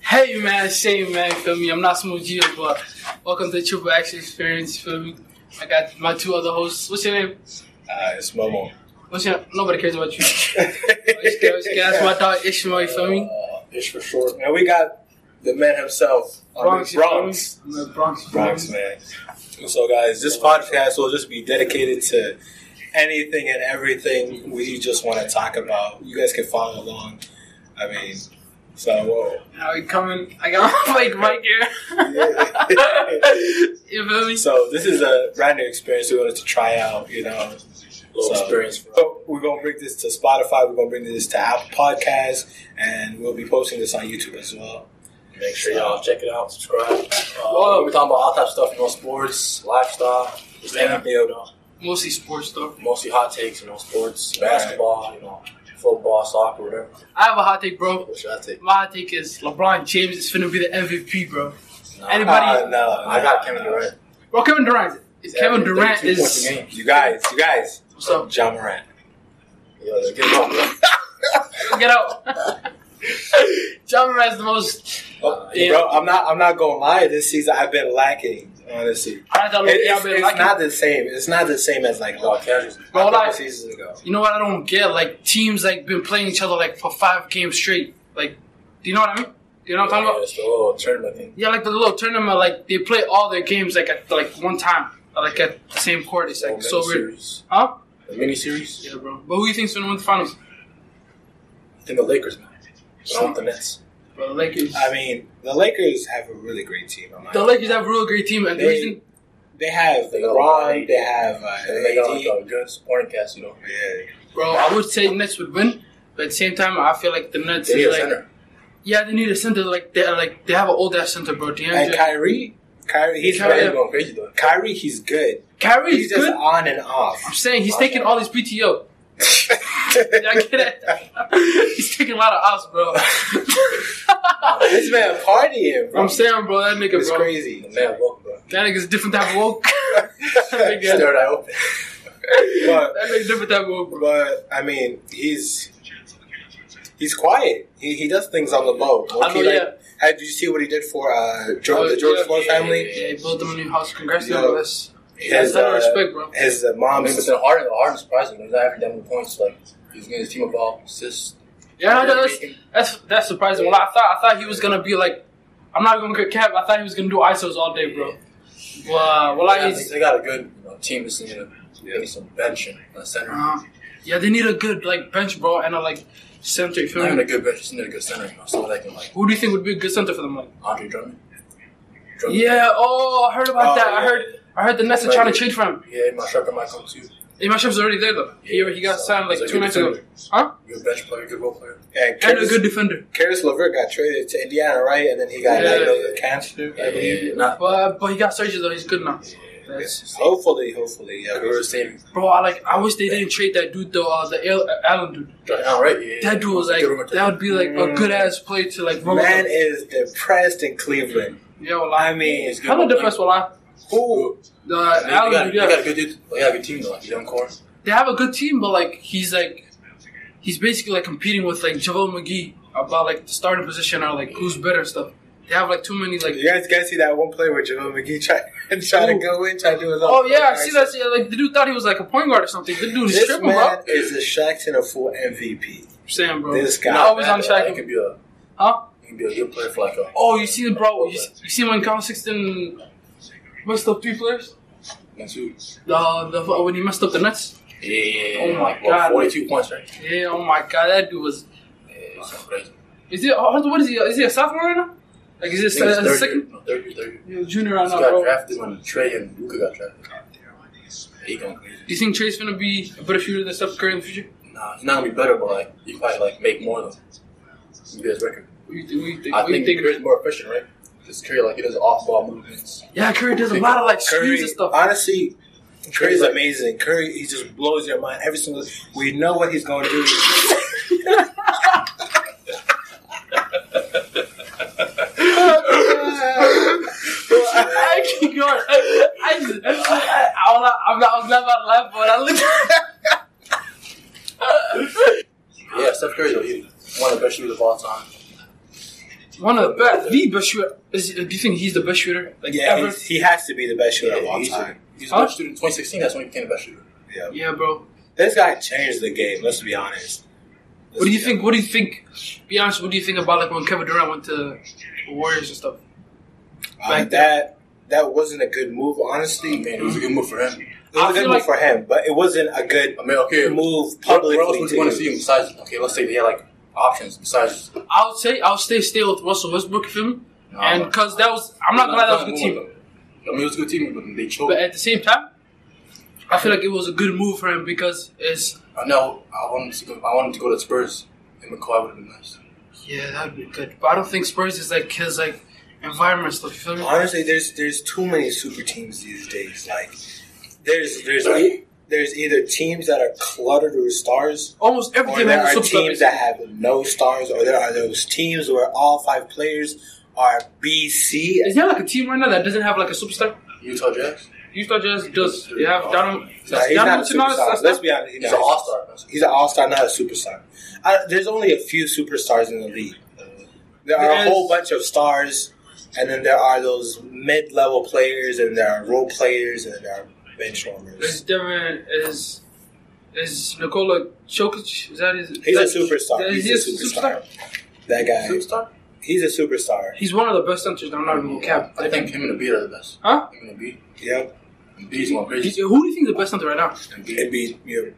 Hey man, same man, feel me? I'm not Smooth G, but welcome to the Triple Action Experience, feel me? I got my two other hosts. What's your name? Uh, it's Momo. What's your Nobody cares about you. Ishka, Ishka, That's my dog Ishmael, you feel me? Uh, it's for short. And we got the man himself, I mean, Bronx, you feel me? Bronx. I'm the Bronx. you feel Bronx, me? man. So, guys, this podcast will just be dedicated to anything and everything we just want to talk about. You guys can follow along. I mean, so, whoa. Now we coming. I got my mic mic Yeah. here. you feel me? so, this is a brand new experience we wanted to try out, you know. little So- experience for So, Oh, we're going to bring this to Spotify, we're going to bring this to Apple Podcasts, and we'll be posting this on YouTube as well. Make sure y'all check it out, subscribe. Uh, Whoa. we're talking about all types of stuff, you know, sports, lifestyle, just Yeah. anything, you know, Mostly sports though. mostly hot takes, you know, sports, Right. basketball, you know, football, soccer, whatever. I have a hot take, bro. What should I take? My hot take is LeBron James is finna be the MVP, bro. Nah, Anybody- Uh, no, I got Kevin Durant. Bro, Kevin Durant. Kevin Durant 32 points is a game. You guys, you guys. what's up? John Moran. Yeah, let's get it on, bro. Get out. John Morant's the most. Oh, Yeah. Bro, I'm not. I'm not gonna lie. This season, I've been lacking. Honestly, I don't know. It- yeah, it's, I've been it's liking- not the same. It's not the same as like It's all a casuals. Bro, couple like- seasons ago. You know what I don't get? Like teams like been playing each other like for five games straight. Like, do you know what I mean? Do you know what I'm talking Yeah, about? It's the little tournament thing. Yeah, like the little tournament. Like they play all their games like at like one time, like at the same court. It's Oh, like so weird, series. huh? The mini series. Yeah, bro. But who you think's gonna win the finals? Then the Lakers, man. Not with the Nets. Bro, the Lakers. I mean, the Lakers have a really great team. I'm not- the Lakers have a real great team, and the They- reason they have They got LeBron. LeBron. They have uh, And they got like AD. a good supporting cast, you know. Yeah. Bro, I would say Nets would win, but at the same time, I feel like the Nets They need a is like, center. yeah, they need a center. Like they like they have an old ass center, bro. And DeAndre Kyrie, Kyrie, he's Kyrie- Kyrie, going crazy though. Kyrie, he's good. Kyrie He's is just Oh, good. on and off. I'm saying he's taking all his PTO. Y'all get it? he's taking a lot of us, bro. this man partying. Bro. I'm saying, bro, that nigga, it's bro, The crazy. man woke, bro. that nigga's a different type of woke. That nigga- Stared eye open. But- that nigga's different type of woke, bro. But I mean, he's he's quiet. He, he does things on the low. I know, Low-key, like, Oh, yeah. had- did you see what he did for uh, George, Oh, the George yeah, Floyd yeah, family? Yeah, he built them a new house. Congrats to Yo, him. That's His that's out of uh, respect, bro. his uh, I mom. mean, but then Harden, Harden surprising. He's not after that many points. Like he's getting his team involved, assists. Yeah, no, that's that's that's surprising. Well, I thought I thought he was gonna be like, I'm not gonna get cap. I thought he was gonna do isos all day, bro. Well, uh, well, I Yeah, they- they got a good you know, team. This need a they need some bench and a center. uh, yeah, they need a good like bench, bro, and a like center. You feel Not even me? a good bench. Just need a good center. You know, someone that can like Who do you think would be a good center for them? Like, Andre Drummond. yeah. Oh, I heard about Oh, that. I yeah. heard. I heard the Nets are trying to trade for him. Yeah, my striker might come too. Imai Shep's already there though. He he got So, signed like he's two a good nights ago. defender. Huh? Good bench player, good role player. And And a Karis, good defender. Karis LeVert got traded to Indiana, right? And then he got Yeah. like a cancer. I believe. Yeah, not. But but he got surgery though. He's good now. That's- Hopefully, hopefully, yeah. Career saving. bro, I like. I wish they didn't trade that dude though. Uh, the Al- Allen dude. All right. Yeah, That dude was like, that would be like a good ass play to like roll Man up. is depressed in Cleveland. Yeah, well, I I mean, how the defense will I? who? The They, they, got, Allen, they dude, yeah. got a good dude. They got a good team though. Like, young core. they have a good team, but like he's like, he's basically like competing with like Javale McGee about like the starting position or like who's better and stuff. They have like too many like. You guys guys see that one play where Javale McGee tried try to Who? go in, try to do his Oh own- yeah, I see that. shit. Like the dude thought he was like a point guard or something. The dude is This tripping, bro. man I'm is a Shaxton of full MVP. saying, bro. This guy. Not always Bad, on though. track. uh, He could be a. Huh? He could be a good player for like a. Oh, you see, bro. You, you see when Colin Sexton messed up three players. Two. The, the uh, when he messed up the Nets. Yeah. Oh my Well, God. Forty-two points, right? Yeah. Oh my god, that dude was Yeah, it's crazy. Is it uh, what is he? Is he a sophomore right now? Like is I it a, think it's a third year. second? No, third year, third year. He's a junior right He now, got bro. drafted when Trey and Luka got drafted. He going crazy. Do you think Trey's gonna be a better shooter than Steph Curry in the future? Nah, he's not gonna be better, but like he probably like make more than you guys record. What do you think? What do you think? I what do you think think? Curry's more efficient, right? Because Curry like he does off ball movements. Yeah, Curry does a lot of like screws Curry, and stuff. honestly, Curry's Curry's like- amazing. Curry, he just blows your mind every single. We know what he's going to do. I keep going. I just, I, I, I'm not, I'm not, I'm glad about life, but I look. Yeah, Steph Curry though, he's one of the best shooters of all time. one of the best, the best shooter. Is, do you think he's the best shooter like yeah, ever? he's- he has to be the best shooter of all he's, time. he's Huh? the best shooter. 2016, that's when he became the best shooter. Yeah, Yeah, bro. this guy changed the game. Let's be honest. What do you think? What do you think? Be honest. What do you think about like when Kevin Durant went to the Warriors and stuff? Like Uh, that. That wasn't a good move, honestly. Oh, Man, it was a good move for him. It was I a good feel move like- for him, but it wasn't a good I mean, okay, move where- Where else publicly. would to you want to use. see him besides? Okay, let's say they had like options besides. I would say I would stay still with Russell Westbrook if him, and because that was I'm not glad that was a good team, I mean, it was a good team, but they choked. but at the same time, I feel like it was a good move for him because it's I know. I wanted to go. I wanted to go to Spurs, and McCoy would have been nice. yeah that'd be good. But I don't think Spurs is like his like environment stuff. You feel me? Honestly, there's there's too many super teams these days. Like there's there's e- there's either teams that are cluttered with stars, Almost every or team there has are a teams substar. that have no stars, or there are those teams where all five players are BC. Is there like a team right now that doesn't have like a superstar? Utah Jazz. Utah Jazz does. They have Donovan. Nah, he's not a superstar. Let's be honest. He's an all star. He's an all-star, not a superstar. I, there's only a few superstars in the league. There are a whole bunch of stars, and then there are those mid-level players, and there are role players, and there are bench Is warmers. Devin is is Nikola Jokic? Is that his? He's a that- superstar. Is He's he a superstar. That guy. Superstar. He's a superstar. He's one of the best centers. I'm not even gonna cap. I think him and the B are the best. Huh? Him and the B. Yep. And B's going He's- crazy. who do you think is the best center right now? And B. Embiid. Yep.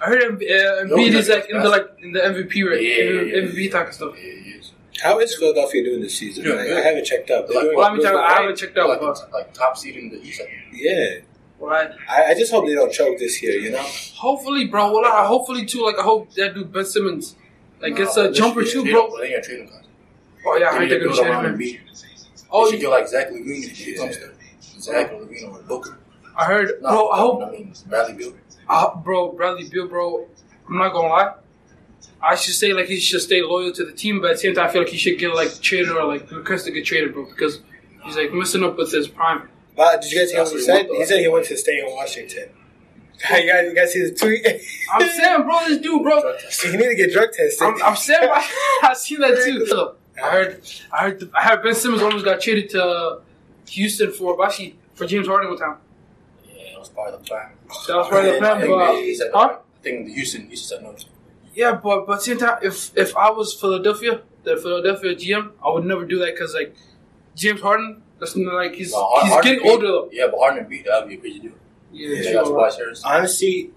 I heard Embi- uh, No, Embiid he's is like in the best. like in the MVP right? Yeah, yeah, yeah. MVP type of stuff. Yeah, he is. How is Philadelphia doing this season? Doing Like, I good. haven't checked up. They're Like, doing- Well, I mean, doing I all right. haven't checked out. like, But, it's like top seed in the East. I think. Yeah. right. I, I just hope they don't choke this year. You know. Hopefully, bro. Well, I, hopefully too. Like I hope that dude Ben Simmons like gets No, a they jumper should too, get- bro. They ain't gonna trade him. Oh yeah, I heard they're They gonna should trade go around him. and beat. Oh, They should you- get like Zach Levine if he comes there. Zach or Levine or Booker. I heard, No, bro. I hope I mean, Bradley Beal. Uh, bro, Bradley Beal, bro. I'm not gonna lie. I should say like he should stay loyal to the team, but at the same time, I feel like he should get like traded or like request to get traded, bro, because he's like messing up with his prime. But did you guys hear what That's he what he said? wants, He though. said he wants to stay in Washington. You guys, you guys see the tweet? I'm saying, bro, this dude, bro. he need to get drug tested. I'm, I'm saying, bro, I seen that too. I heard, I heard, I heard Ben Simmons almost got traded to Houston for Bashi for James Harden one time. Yeah, that was part of the plan. That was part of the plan, but huh? I think the Houston, Houston said no. Yeah, but but same time, if if I was Philadelphia, the Philadelphia GM, I would never do that because like James Harden, that's not like he's Well, Har- he's Harden getting beat- older though. Yeah, but Harden beat that would be a crazy deal. Yeah, They got Tobias Harris. Honestly,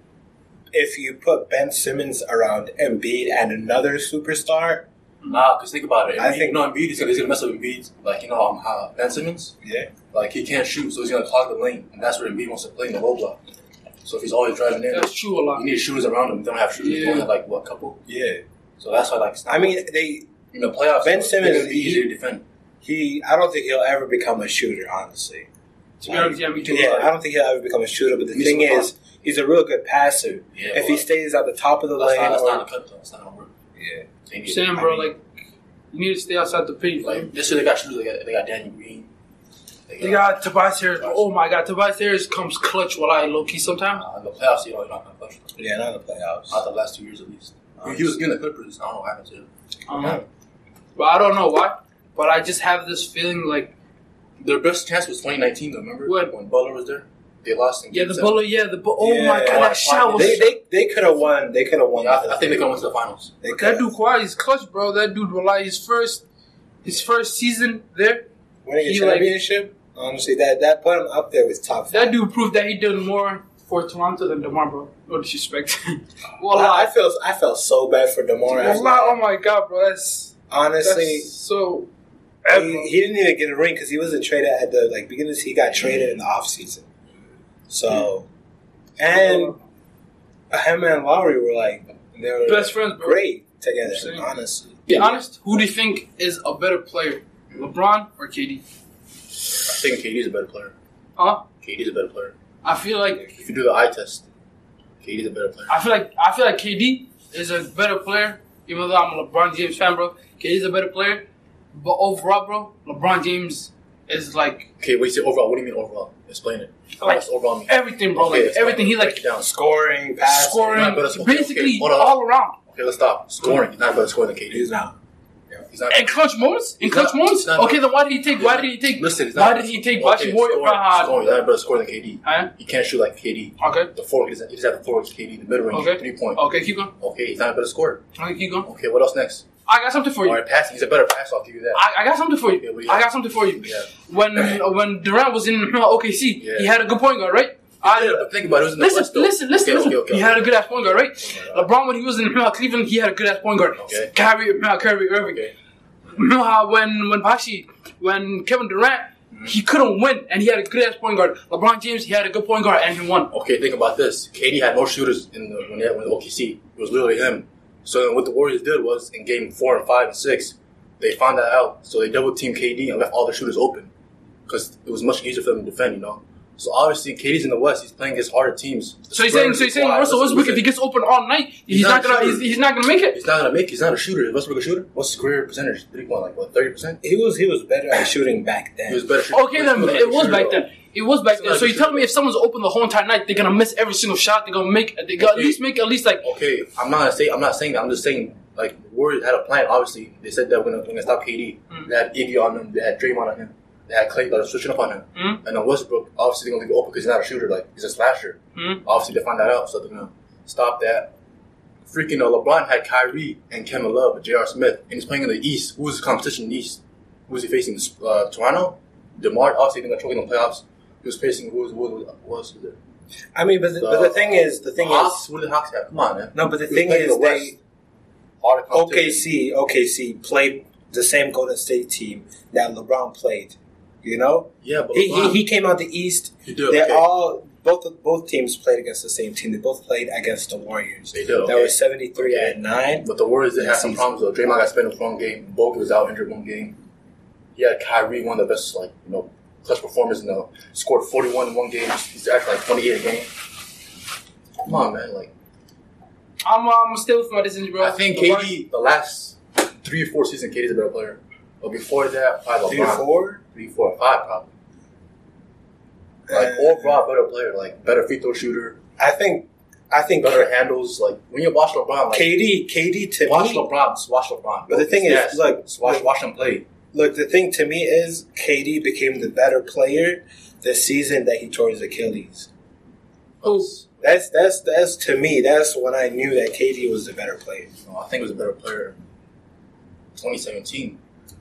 if you put Ben Simmons around Embiid and another superstar, Nah, cause think about it. I Embiid, think- you know Embiid is gonna, he's gonna mess up Embiid. Like you know um, how Ben Simmons, yeah, like he can't shoot, so he's gonna clog the lane, and that's where Embiid wants to play in the low block. So if he's always driving in, that's true a lot. you need shooters around him. They don't have shooters. They Yeah. only have like what couple. yeah. So that's why like I mean, they in the playoffs, Ben it's Simmons- gonna be easier to defend. he. I don't think he'll ever become a shooter. Honestly, To be honest, yeah, me too. yeah, I don't think he'll ever become a shooter. But the He's thing a- is, he's a real good passer. Yeah, If he but stays at the top of the that's lane, not, that's or, not a cut though. That's not gonna work. yeah, They I'm need- saying, I bro, mean, like you need to stay outside the paint. Like like this year they got shooters. They got, they got Daniel Green. they got Tobias Harris. bro. Oh my God, Tobias Harris comes clutch while I low key sometimes. uh, in the playoffs. You know, you're not gonna clutch. yeah, not in the playoffs. Not the last two years at least. I mean, he was good in the Clippers. I don't know what happened to him. Um, but I don't know why. But I just have this feeling like Their best chance was 2019, though. Remember What? when Butler was there? They lost. In yeah, game the seven. bullet, yeah, the bu- oh my Yeah. God, that shot was They they, they could have won. They could have won. Yeah, I, I think they could have went to the finals. They That coulda. dude Kawhi is clutch, bro. That dude will like his first his first season there. winning a he, like- championship. honestly, that that put him up there with top. Five. That dude proved that he did more for Toronto than DeMar, bro. No disrespect. I, I Wallah. feel I felt so bad for Demar. Hamlin. Wallah, oh my god, bro. That's, Honestly, that's so he, he didn't even get a ring because he wasn't traded at the like beginning. He got traded in the off season. So, and him and Lowry were like they were best friends, bro. great together. Same. Honestly, Be honest, who do you think is a better player? LeBron or KD? I think KD's a better player. Huh? KD's a better player. I feel like If you do the eye test, KD's a better player. I feel like I feel like KD is a better player, even though I'm a LeBron James fan, bro. KD is a better player. But overall, bro, LeBron James is like Okay, wait. Say overall. What do you mean overall? Explain it. Like, Like, What's overall mean? Oh, everything, bro. Like Okay, explain everything. it. He Break like it down. scoring, passing, scoring, Not better scoring. basically Okay, hold on. all around. Okay, let's stop. Scoring. He's not better scoring than KD. He's not. Yeah. He's not. In clutch moments? In He's clutch not- moments? he's not- okay, then why did he take? Why did he take? Listen, he's why not- did he take Okay, Bachi Warrior scoring- Praha? Scoring, that brother scoring like KD. Huh? He can't shoot like KD. Okay, The four, he doesn't, he doesn't have the four. KD, the mid range, Okay. three point. okay, keep going. Okay, he's not a better scorer. Okay, keep going. Okay, what else next? I got something for All you. right, passing. He's a better passer. I'll give you that. I, I got something for Yeah, we you. got- I got something for you. Yeah. When when Durant was in OKC, Yeah. he had a good point guard, right? I, yeah, but think about it. it was in the Listen, West, though. listen, listen, Okay, listen. Okay, okay, He had a good ass point guard, right? Okay. LeBron, when he was in uh, Cleveland, he had a good ass point guard. Okay. Kyrie, uh, Kyrie Irving. Okay. You know how when when Pashi, when Kevin Durant, Mm-hmm. he couldn't win, and he had a good ass point guard. LeBron James, he had a good point guard, and he won. Okay, think about this. KD had no shooters in the, when he had, with OKC. It was literally him. So then what the Warriors did was in game four and five and six, they found that out. So they double teamed KD and left all the shooters open because it was much easier for them to defend. You know. So obviously KD's in the West. He's playing against harder teams. So he's saying, so he's saying, Russell what's Westbrook, if he gets open all night, he's, He's not not gonna, sure. he's, he's not gonna make it. He's not gonna make. it. He's not a shooter. Is Westbrook a shooter? What's his career percentage? Three point like what? Thirty percent. He was he was better at shooting back then. He was a better. shooter. Okay, then Westbrook it a was shooter, back though. then. It was back He's then. not So a you tell shooter. me, if someone's open the whole entire night, they're gonna miss every single shot. They're gonna make. They gonna at Okay. least make at least like. Okay, I'm not saying I'm not saying that. I'm just saying like Warriors had a plan. Obviously, they said that we're gonna, we're gonna stop KD. They had Iggy on him. They had Draymond on him. They had Clay that was switching up on him. Mhm. And then Westbrook, obviously, they're gonna leave it open because he's not a shooter. Like he's a slasher. Mhm. Obviously, they found that out, so they're gonna stop that. Freaking uh, LeBron had Kyrie and Kevin Love and J.R. Smith, and he's playing in the East. Who's the competition in the East? Who's he facing? Uh, Toronto, Demar. Obviously, they're gonna choke in the playoffs. He was facing who was who was who was I mean, but the, but the thing is, the thing Hawks? is, What did the Hawks have? Come on, man. no, but the He was thing playing in is, the West. they All the OKC competition. OKC played the same Golden State team that LeBron played. You know, Yeah, but he, he, LeBron- he came out the East. You do, They're okay. all both of- both teams played against the same team. They both played against the Warriors. They do, That okay. was seventy three at nine. but the Warriors did have some Season. problems though. Draymond got spent with one game. Both was out injured one game. He had Kyrie, one of the best like you know clutch performers in the scored forty one in one game. He's actually like twenty eight a game. Come on, man. Like I'm, I'm still with my decision, bro. I think LeBron- KD the last three or four seasons, KD's a better player. But before that, probably Three or LeBron. four. three, four, or five, probably. Like Uh, overall, better player. Like better free throw shooter, I think I think better handles. Like when you watch LeBron, like KD KD to watch me. LeBron, just watch LeBron. But the thing is, Yes. look, Just watch, look. watch him play. Look, the thing to me is KD became the better player the season that he tore his Achilles. Who? That's that's that's to me. That's when I knew that KD was the better player. No, I think it was a better player. 2017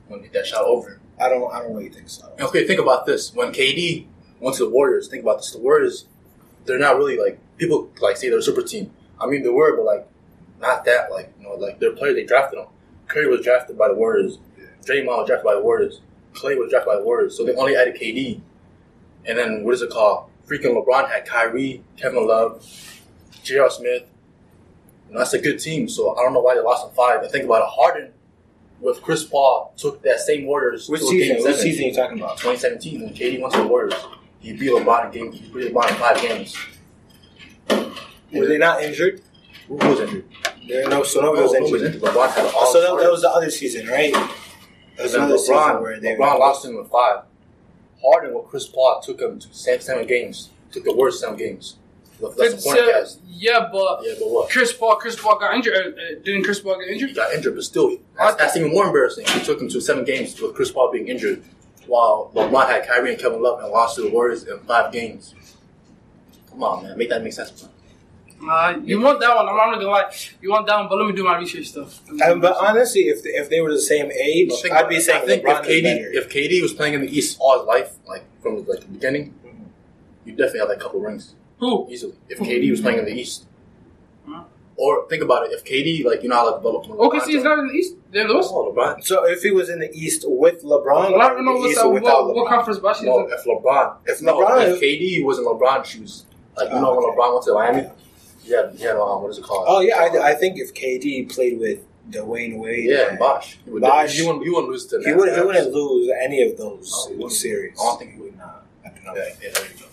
when he hit that shot over. him. I don't I don't really think so. And okay, think about this. When KD went to the Warriors, think about this. The Warriors, they're not really like people like say they're a super team. I mean, they were, but like not that. Like you know, like their player they drafted them. Curry was drafted by the Warriors. Draymond was drafted by the Warriors. Clay was drafted by the Warriors. So they only added KD. And then what is it called? Freaking LeBron had Kyrie, Kevin Love, J.R. Smith. And that's a good team. So I don't know why they lost in five. I think about it. Harden with Chris Paul took that same Warriors. Which to a season? game Which seven. season you talking about? 2017 when KD went to the Warriors. He beat LeBron in game. He beat LeBron in five games. Were they not injured? Who was injured? There no so nobody Oh, was No, who injured. LeBron had all. so that, that was the other season, right? That was Oh, And another season LeBron, where they LeBron lost him in five. Harden with Chris Paul took him to seven, seven games. Took the worst seven games. That's the It's, point uh, guys. yeah, but Yeah, but what? Chris Paul, Chris Paul got injured. Uh, uh, didn't Chris Paul get He injured? got injured, but still, that's, that's even more embarrassing. He took him to seven games with Chris Paul being injured, while LeBron had Kyrie and Kevin Love and lost to the Warriors in five games. Come on, man, make that make sense. man. Uh, you want that one? I'm not gonna lie. You want that one? But let me do my research stuff. Let me do And, my Um, but honestly, if if they were the same age, No, think I'd about be it. saying I think LeBron if is KD, better. if KD was playing in the East all his life, like from like the beginning, you definitely have like a couple rings research. Who? easily. If KD was playing in the East, Huh? or think about it, if KD like you know how like LeBron, Okay, see, it's not in the East. They're the West. Oh, LeBron. so if he was in the East with LeBron, Well, I don't or know the what's East that, without what, what LeBron. conference Bashi No, is in. if LeBron, If no, LeBron- if KD was in LeBron shoes, like you Oh, know when okay. LeBron went to Miami, yeah, yeah, um, what is it called? Oh yeah, I, I think if KD played with Dwayne Wade, yeah, and and- Bosh. You would, Bosh. You wouldn't, you wouldn't lose to he that. would he wouldn't lose any of those No, he wouldn't. series. I don't think he would. Nah, yeah, yeah, there you go.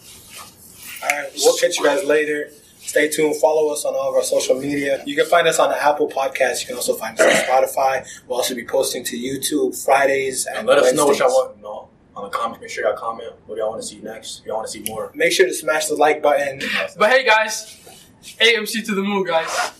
All right, we'll catch you guys later. Stay tuned. Follow us on all of our social media. You can find us on the Apple Podcast. You can also find us on Spotify. We'll also be posting to YouTube Fridays and And let us know what y'all Wednesdays. want. You know, on the comments, make sure y'all comment what y'all want to see next. If y'all want to see more. Make sure to smash the like button. But hey, guys, AMC to the moon, guys.